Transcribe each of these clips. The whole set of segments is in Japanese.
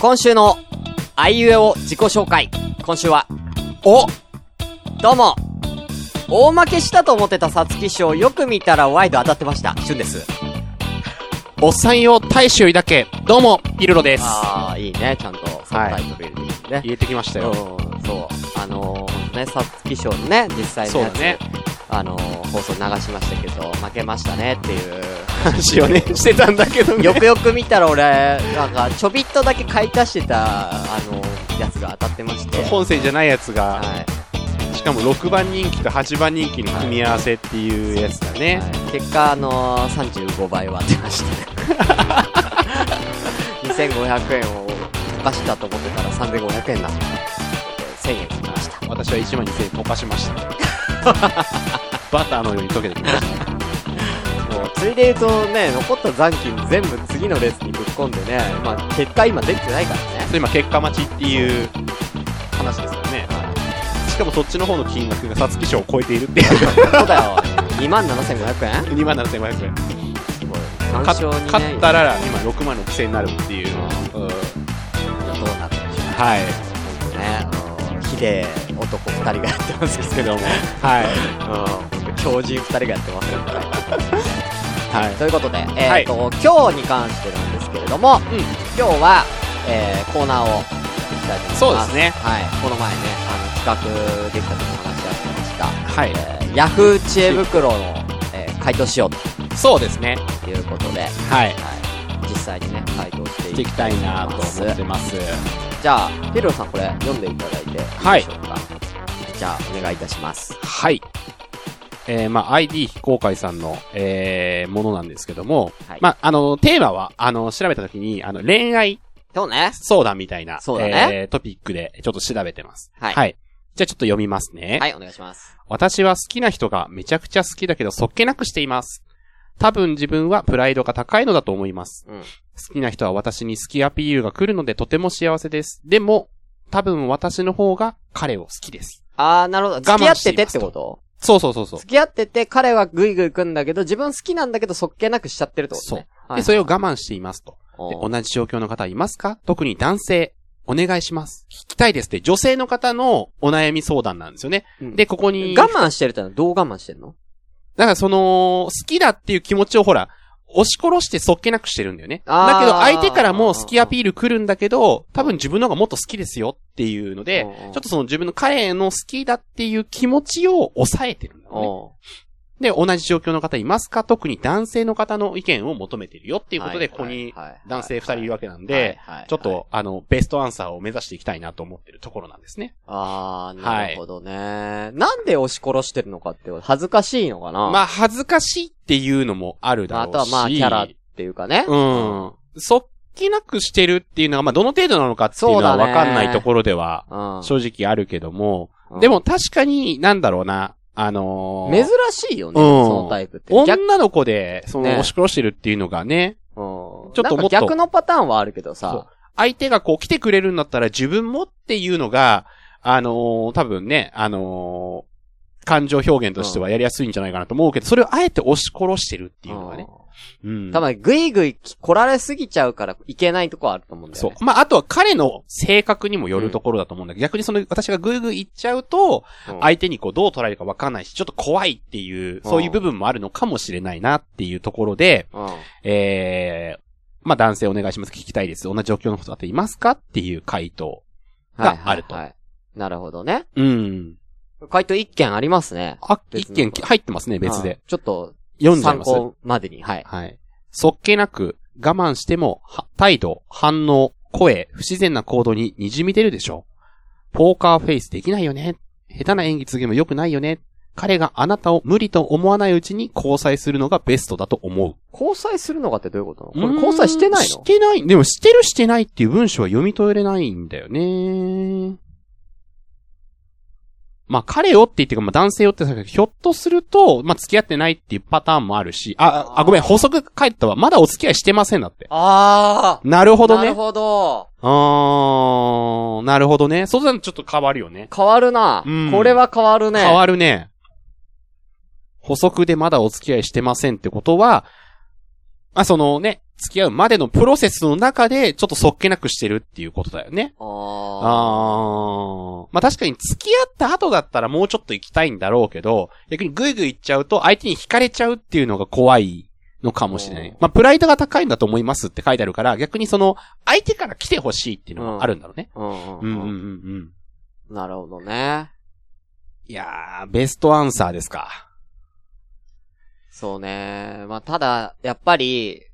今週の、あいうえを自己紹介。今週は、おどうも大負けしたと思ってた皐月賞よく見たらワイド当たってました。旬です。おっさん用大衆抱け。どうも、イルロです。ああ、いいね、ちゃんと、そのタイトル入れてきてね。入れてきましたよ。うん、そう。あのー、ほんとね、皐月賞のね、実際のそうやだつ、ねあのー、放送流しましたけど、負けましたねっていう。話をね、してたんだけどね。 よくよく見たら俺、なんか、ちょびっとだけ買い足してた、あのー、やつが当たってまして。本線じゃないやつが、はい。しかも6番人気と8番人気の組み合わせっていうやつだね。はい結果、あのー、35倍は当てましたね2500円を溶かしたと思ってたら3500円になっちゃった1000円溶きました私は1万2000円溶かしました。 バターのように溶けてきました。もうついで言うとね残った残金全部次のレースにぶっ込んでね、まあ、結果今出てないからねそれ今結果待ちっていう話ですよね。しかもそっちの方の金額が皐月賞を超えているっていう。そうだよ2万7500円2万7500円。すごい単勝勝にね勝ったら今6万6000円になるっていう。うんどうなったでしょはい。うねうん綺麗男2人がやってますですけども。はい。うん強人2人がやって ますよこれはい。ということで、えーと今日に関してなんですけれども、うん今日は、えーコーナーをやっていきたいと思いますそうですねはい、この前ねあの企画できた時も話し合ってました、はい。えー、ヤフー知恵袋の、えー回答しようそうですね。ということで、はい、はい。実際にね回答していしていきたいなと思ってます。じゃあピルロさんこれ読んでいただいていいでしょうか、はいじゃあお願いいたしますはい。えー、まあ ID 非公開さんの、えー、ものなんですけども、はいまああの、テーマは、あの、調べたときに、あの、恋愛そうね相談みたいな、そうだねえー、トピックでちょっと調べてます。はいじゃあちょっと読みますね。はいお願いします私は好きな人がめちゃくちゃ好きだけどそっけなくしています。多分自分はプライドが高いのだと思います。うん好きな人は私に好きアピールが来るのでとても幸せです。でも、多分私の方が彼を好きです。あーなるほど慢付き合していまっすててってことそうそうそうそう。付き合ってて、彼はグイグイ来んだけど、自分好きなんだけど、そっけなくしちゃってるってことね。はで、いそれを我慢していますと。でおう同じ状況の方いますか特に男性。お願いします。聞きたいですって、女性の方のお悩み相談なんですよね。うんで、ここに、我慢してるってのはどう我慢してんのだからその、好きだっていう気持ちをほら、押し殺してそっけなくしてるんだよね。あーだけど相手からも好きアピール来るんだけど、多分自分の方がもっと好きですよっていうので、うんうんちょっとその自分の彼の好きだっていう気持ちを抑えてるんだよね。おうで、同じ状況の方いますか特に男性の方の意見を求めてるよっていうことで、ここに男性二人いるわけなんで、、ちょっと、あの、ベストアンサーを目指していきたいなと思ってるところなんですね。あー、なるほどね。なんで押し殺してるのかって、恥ずかしいのかなまあ、恥ずかしいっていうのもあるだあろうし。とはまあ、キャラっていうかね。うん。そっきなくしてるっていうのは、まあ、どの程度なのかっていうのはそうだねわかんないところでは、うん正直あるけども、うんでも確かに、なんだろうな、あのー珍しいよね、うんそのタイプって。逆女の子で、その、ね押し殺してるっていうのがね、ょちょっともっと逆のパターンはあるけどそうさ。相手がこう来てくれるんだったら自分もっていうのが、あのー多分ね、あのー感情表現としてはやりやすいんじゃないかなと思うけど、それをあえて押し殺してるっていうのがね。んうん。たまにグイグイ来られすぎちゃうからいけないとこあると思うんだよそね。う。まあ、あとは彼の性格にもよるところだと思うんだけど、逆にその、私がグイグイ言っちゃうと、うん相手にこうどう捉えるかわかんないし、ちょっと怖いっていう、そういう部分もあるのかもしれないなっていうところで、うん。えー、まあ、男性お願いします。聞きたいです。同じ状況の人だっていますかっていう回答があると。はいはいはいなるほどね。うん。回答一件ありますね。あ、別一の件入ってますね、別はいで。。ちょっと、読んじゃい参ます。考までに。はい。はい。そっけなく、我慢しても、は態度、反応、声、不自然な行動に滲み出るでしょう。ポーカーフェイスできないよね。下手な演技次も良くないよね。彼があなたを無理と思わないうちに交際するのがベストだと思う。交際するのかってどういうことなのこれ交際してなういーんしのてない。でも、してるしてないっていう文章は読み取れないんだよね。まあ、彼をって言ってか、まあ、男性をってさひょっとすると、まあ、付き合ってないっていうパターンもあるし、あ、あ、ごめん、補足書いてたわ。まだお付き合いしてませんだって。あー。なるほどなるね。ほど。あー、なるほどね。そうするとちょっと変わるよね。変わるなうん。これは変わるね。変わるね。補足でまだお付き合いしてませんってことは、まあ、そのね、付き合うまでのプロセスの中で、ちょっとそっけなくしてるっていうことだよね。ああー。まあ確かに付き合った後だったらもうちょっと行きたいんだろうけど、逆にグイグイ行っちゃうと相手に惹かれちゃうっていうのが怖いのかもしれなういん。まあプライドが高いんだと思いますって書いてあるから、逆にその相手から来てほしいっていうのがあるんだろうね。あ。うんううんんうんうんうん。うん。なるほどね。いやー、ベストアンサーですか。、そうね。まあ、ただ、やっぱり、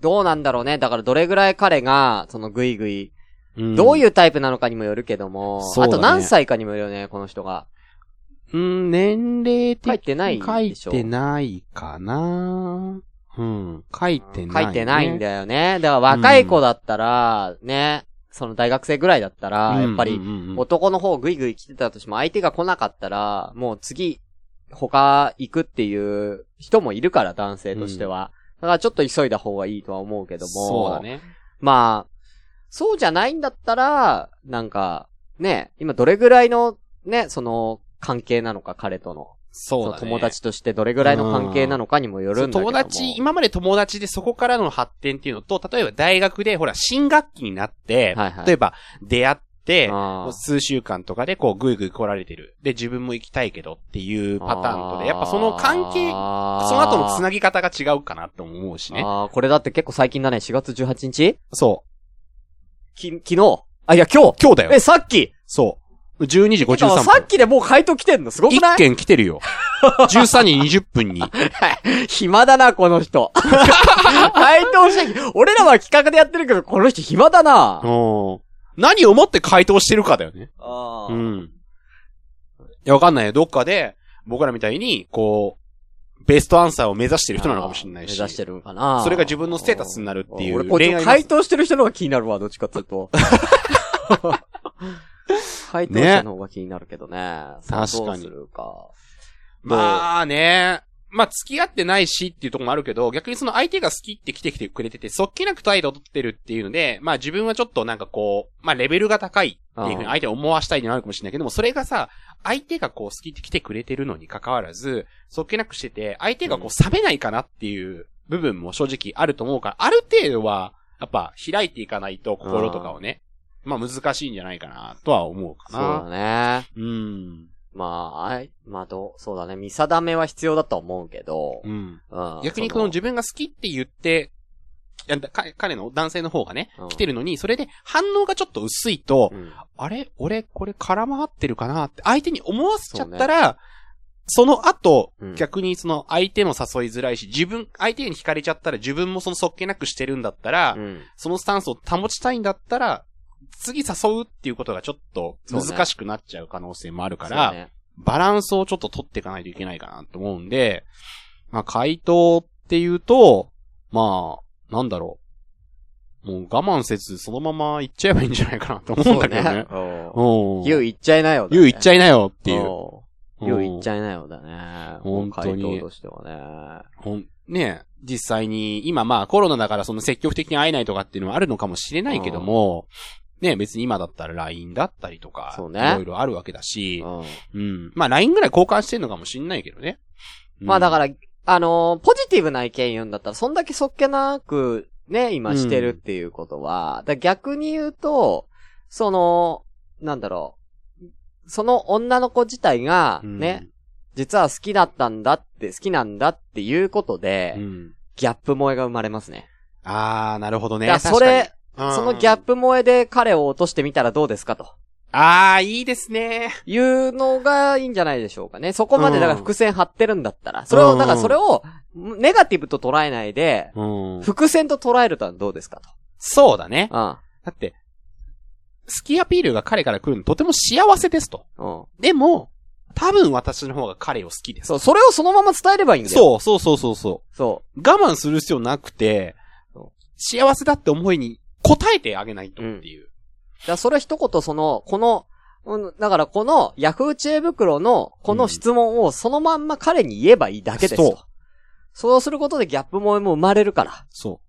どうなんだろうね。だからどれぐらい彼が、そのグイグイ、どういううタイプなのかにもよるけども、そうあだねと何歳かにもよるよね、この人が。うん、年齢的に書いてないで書いしょてないかなうん、書いてない、ね。書いてないんだよね。だから若い子だったら、ね、その大学生ぐらいだったら、やっぱりうん、うんうんうん男の方グイグイ来てたとしても相手が来なかったら、もう次、他行くっていう人もいるから、男性としては。だからちょっと急いだ方がいいとは思うけども。そうだ。ね。まあ、そうじゃないんだったら、なんか、ね、今どれぐらいの、ね、その、関係なのか、彼との。そうだね。その友達としてどれぐらいの関係なのかにもよるんだけども。友達、今まで友達でそこからの発展っていうのと、例えば大学で、ほら、新学期になって、はいはい例えば出会って、あもうー数週間とかでこう、ぐいぐい来られてる。で、自分も行きたいけどっていうパターンとで、やっぱその関係、その後のつがなぎ方が違うかなとも思うしね。ね。あーこれだって結構最近だね、4月18日そう。き、昨日あ、いや今日今日だよ。え、さっきそう。12て時か53さっ分。きでもう回答来てんのすごくな一い件来て るよ。13時20分に。暇だな、この人。 回答してき、俺らは企画でやってるけど、この人暇だな。うん何をもって回答してるかだよね。あーうん。いや、わかんないよ。どっかで、僕らみたいに、こう、ベストアンサーを目指してる人なのかもしれないし。目指してるのかな。それが自分のステータスになるっていう俺、こっち恋愛の回答してる人の方が気になるわ、どっちかっていうと。 回答者の方が気になるけどね。さあ確かにどうするか。まあね。まあ、付き合ってないしっていうところもあるけど、逆にその相手が好きって来てきてくれてて、そっけなく態度を取ってるっていうので、まあ自分はちょっとなんかこう、まあレベルが高いっていうふうに相手を思わしたいのはあるかもしれないけども、それがさ、相手がこう好きって来てくれてるのに関わらず、そっけなくしてて、相手がこう冷めないかなっていう部分も正直あると思うから、ある程度は、やっぱ開いていかないと心とかをね、まあ難しいんじゃないかなとは思うかそうだな。ね。うん。まあ、あいまあ、どう、そうだね。見定めは必要だとは思うけどう。ん。うん逆にこの自分が好きって言って、いやだか彼の男性の方がねうん、来てるのに、それで反応がちょっと薄いと、うんあれ俺、これ絡まってるかなって相手に思わせちゃったら、その後うん、逆にその相手も誘いづらいし、自分、相手に惹かれちゃったら自分もその素っ気なくしてるんだったらう、ん。そのスタンスを保ちたいんだったら、次誘うっていうことがちょっと難しくなっちゃう可能性もあるからそう、ねバランスをちょっと取っていかないといけないかなと思うんで、まあ回答っていうと、まあ、なんだろう。もう我慢せずそのまま行っちゃえばいいんじゃないかなと思うんだけどね。そうね。うん。ゆう言っちゃいなよ。言う行っちゃいゃいなよっっていう。う。ゆう言っちゃいなよだね。本当に回答としてはね。ほんね実際に、今まあコロナだからその積極的に会えないとかっていうのはあるのかもしれないけども、ね別に今だったら LINE だったりとか、そうねいろいろあるわけだし、うん。うん。まあ LINE ぐらい交換してんのかもしれないけどね。、まあだからら、あのーポジティブな意見言うんだったら、そんだけそっけなく、ね、今してるっていうことは、だから逆に言うと、その、なんだろう、その女の子自体が、うんね、、実は好きだったんだって、好きなんだっていうことで、うん。ギャップ萌えが生まれますね。あー、なるほどね。だからそれ、確かに、そのギャップ。プ萌えで彼を落としてみたらどうですかと。あー、いいですね。いうのがいいんじゃないでしょうかね。そこまでだから伏線張ってるんだったら。それうを、んだからそれを、ネガティブと捉えないで、うん。伏線と捉えるとはどうですかそうだね。と。だって、スキーアピールが彼から来るのとても幸せですと。うん。うん。でも、多分私の方が彼を好きです。そう、それをそのまま伝えればいいんだよ。。そうそうそうそうそう。そう我慢する必要なくてそ、幸せだって思いに応えてあげないとっていう。う。だからそれは一言その、この、うんだからこの、ヤフー知恵袋の、この質問をそのまんま彼に言えばいいだけですと。そうそうすることでギャップ萌えも生まれるから、そ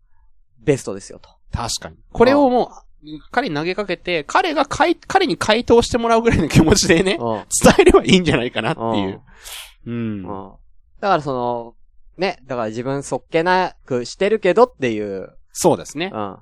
ベストですよと。う。確かに。これをもう、彼に投げかけて、彼がかい、彼に回答してもらうぐらいの気持ちでね、うん。伝えればいいんじゃないかなっていう。うん。うん。だからその、ね、だから自分そっけなくしてるけどっていう、そうですねう。ん。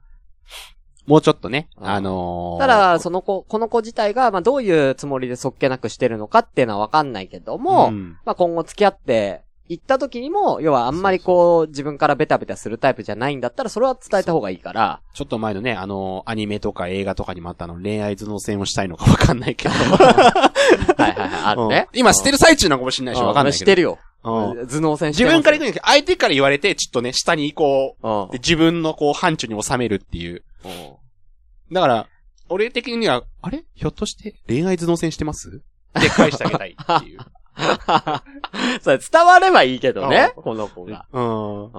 もうちょっとね、うんあのーただ、その子、この子自体が、まあどういうつもりでそっけなくしてるのかっていうのはわかんないけども、んまあ今後付き合って、行った時にも、要はあんまりこう、自分からベタベタするタイプじゃないんだったら、それは伝えた方がいい から、ちょっと前のね、あのーアニメとか映画とかにもあったあの、恋愛頭脳戦をしたいのかわかんないけど。はいはいはい、あるねう。ん 今してる最中なのかもしれないし、わかんないしけてど。るよ。うん頭脳戦して自ます分から行くんじゃなくて、相手から言われて、ちょっとね、下に行こう。うで、自分のこう、範疇に収めるっていう。だから、俺的には、あれひょっとして、恋愛頭脳戦してますって返してあげたいっ ていう。ん。 それ伝わればいいけどね、この子が。うん。うん。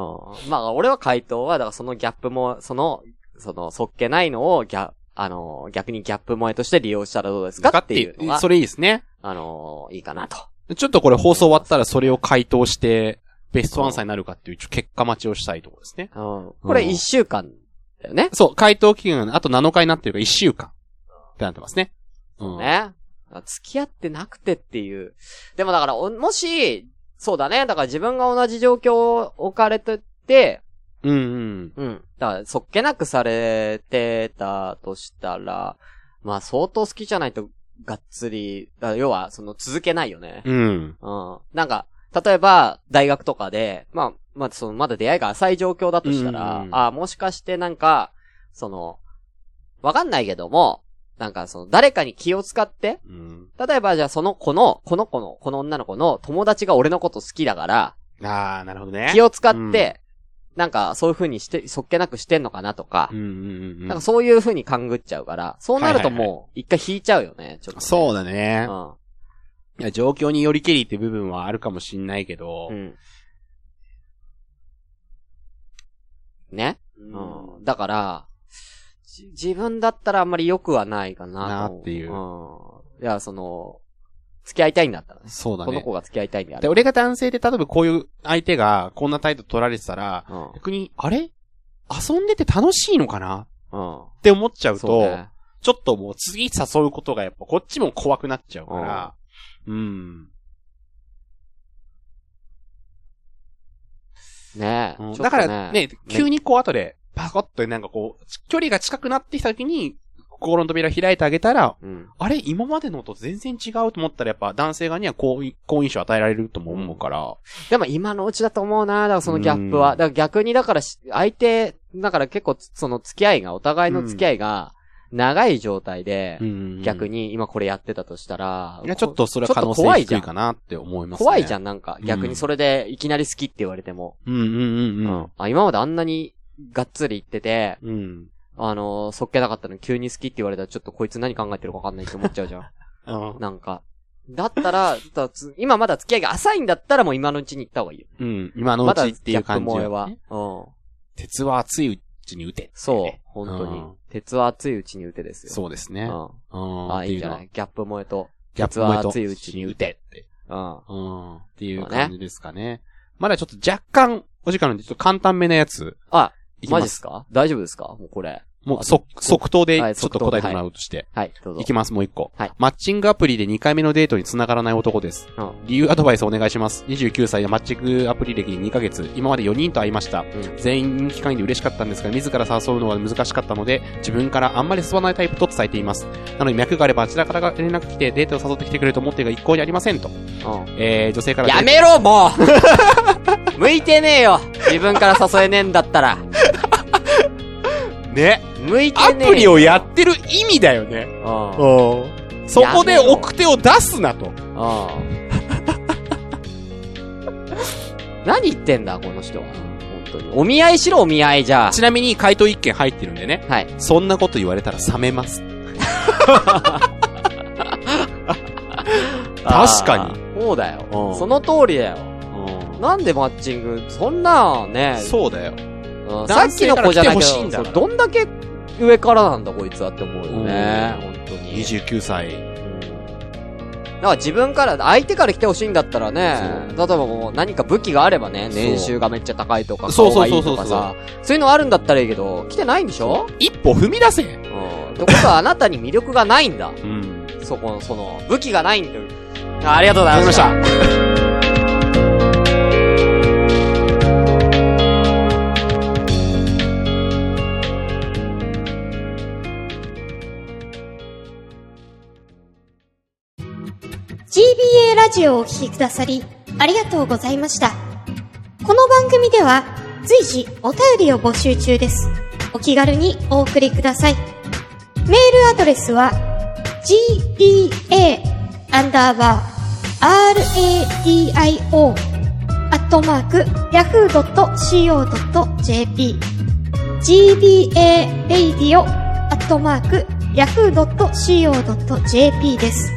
まあ俺は回答は、だからそのギャップも、その、その、そっけないのを、ギャ、あのー、逆にギャップ萌えとして利用したらどうですかっていうのがそ、れいいですね。あのー、いいかなと。ちょっとこれ放送終わったらそれを回答して、ベストアンサーになるかっていう、ちょ結果待ちをしたいところですね。うん。これ一週間だよね。そう、回答期限があと7日になってるから1週間ってなってますね。うん。ね。付き合ってなくてっていう。でもだから、おもし、そうだね。だから自分が同じ状況を置かれてて、うんうん。うん。だから、そっけなくされてたとしたら、まあ相当好きじゃないと、がっつり、だから要は、その続けないよね。うん。うん。なんか、例えば、大学とかで、まあ、まあ、その、まだ出会いが浅い状況だとしたら、うんうんうんああ、もしかしてなんか、その、わかんないけども、なんかその、誰かに気を使って、うん。例えばじゃあその子の、この子の、この女の子の友達が俺のこと好きだから、ああ、なるほどね。気を使って、なんかそういう風にして、そっけなくしてんのかなとかうん、うんうん。なんかそういう風に勘ぐっちゃうから、そうなるとはいはいもう、一回引いちゃうよね、ちょっと、ね。そううだね。いや状況によりけりって部分はあるかもしんないけど。うん。うん。ねうん。だから、じ自分だったらあんまり良くはないかなと思なっていううん。いや、その、付き合いたいんだったらね。そうだこのね子。が付き合いたいんであで、れば。俺が男性で、例えばこういう相手が、こんな態度取られてたら、うん。逆に、あれ遊んでて楽しいのかなうん。って思っちゃうと、そうね。ちょっともう次誘うことがやっぱこっちも怖くなっちゃうから、うん。ねえ。うちんょっとだからね、急にこう後で、パコッとなんかこう、距離が近くなってきた時に、心の扉開いてあげたら、うん。あれ今までのと全然違うと思ったらやっぱ男性側には好意好印象与えられるとも思うから、でも今のうちだと思うな、だからそのギャップは。うんだから逆にだからし相手、だから結構その付き合いが、お互いの付き合いが長い状態で、逆に。に今これやってたとしたら、いや、ちょっとそれは可能性低いかなって思いますね。怖いじゃん。ん、なんかう。ん逆にそれでいきなり好きって言われても。うんうんうんうん。あ今まであんなにがっつり言ってて、うん。あのー、そっけなかったのに急に好きって言われたらちょっとこいつ何考えてるかわかんないって思っちゃうじゃん。うん。なんか。だったら、だつ今まだ付き合いが浅いんだったらもう今のうちに行った方がいいよ。うん。今のまうだちギっていャッうプ感じ萌えは。はうね。ん。鉄は熱いうちに打てってね。そう、本当に。うん鉄は熱いうちに打てですよ。そうですうね。うんん。あ、いいんじゃなってうのいギャップ萌えと。ギャップはは熱熱いいううちちにに打打ててって。うん。うん。っていまうあね感じですかね。まだちょっと若干、お時間なんで、ちょっと簡単めなやつ。あ、いきマまジっすか大丈夫ですかもうこれ。もう、即、即答で、はいち即ょっ答と答えてもらうとして。はい、どうぞ。いきます、もう一個。はいマッチングアプリで2回目のデートに繋がらない男です。うん理由アドバイスお願いします。29歳でマッチングアプリ歴2ヶ月、今まで4人と会いました。ん全員人気会員で嬉しかったんですが、自ら誘うのは難しかったので、自分からあんまり誘わないタイプと伝えています。なので、脈があればあちらからが連絡来て、デートを誘ってきてくれると思ってが一向にありませんと。うん。えー、女性からやめろ、もう向いてねえよ自分から誘えねえんだったら。ね向いアてねえよ。プリをやってる意味だよね。うん。 うん。そこで奥手を出すなと。うん。何言ってんだ、この人は。本当に。お見合いしろ、お見合いじゃちなみに回答一件入ってるんでね。あ。はい。そんなこと言われたら冷めます。あ確かにー。そうだよう。んその通りだよ。なんでマッチング、そんなね、そうだよ。うんさっ男き性の子じゃないけど、から来てほしいんだそかうらどんだけ上からなんだこいつはって思うよね。う本当に。 29歳。だから自分から、相手から来てほしいんだったらね、例えばもう何か武器があればね、そう年収がめっちゃ高いとか、そう顔そがういそういそとうかさ、そういうのあるんだったらいいけど、来てないんでしょ一歩踏み出せうん。ってことはあなたに魅力がないんだ。うん。そこの、その、武器がないんだよ。あありがとうございました。系ラジオをお聴きくださり、ありがとうございました。この番組では、随時お便りを募集中です。お気軽にお送りください。メールアドレスは、gba, アンダーバー、radio, アットマーク、yahoo.co.jp gba-radio-yahoo.co.jp です。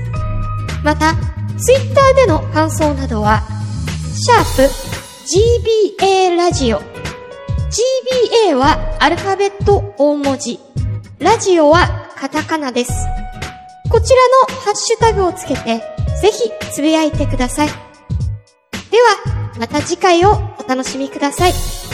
また、ツイッターでの感想などは、シャープ gba ラジオ。gba はアルファベット大文字。ラジオはカタカナです。こちらのハッシュタグをつけて、ぜひつぶやいてください。では、また次回をお楽しみください。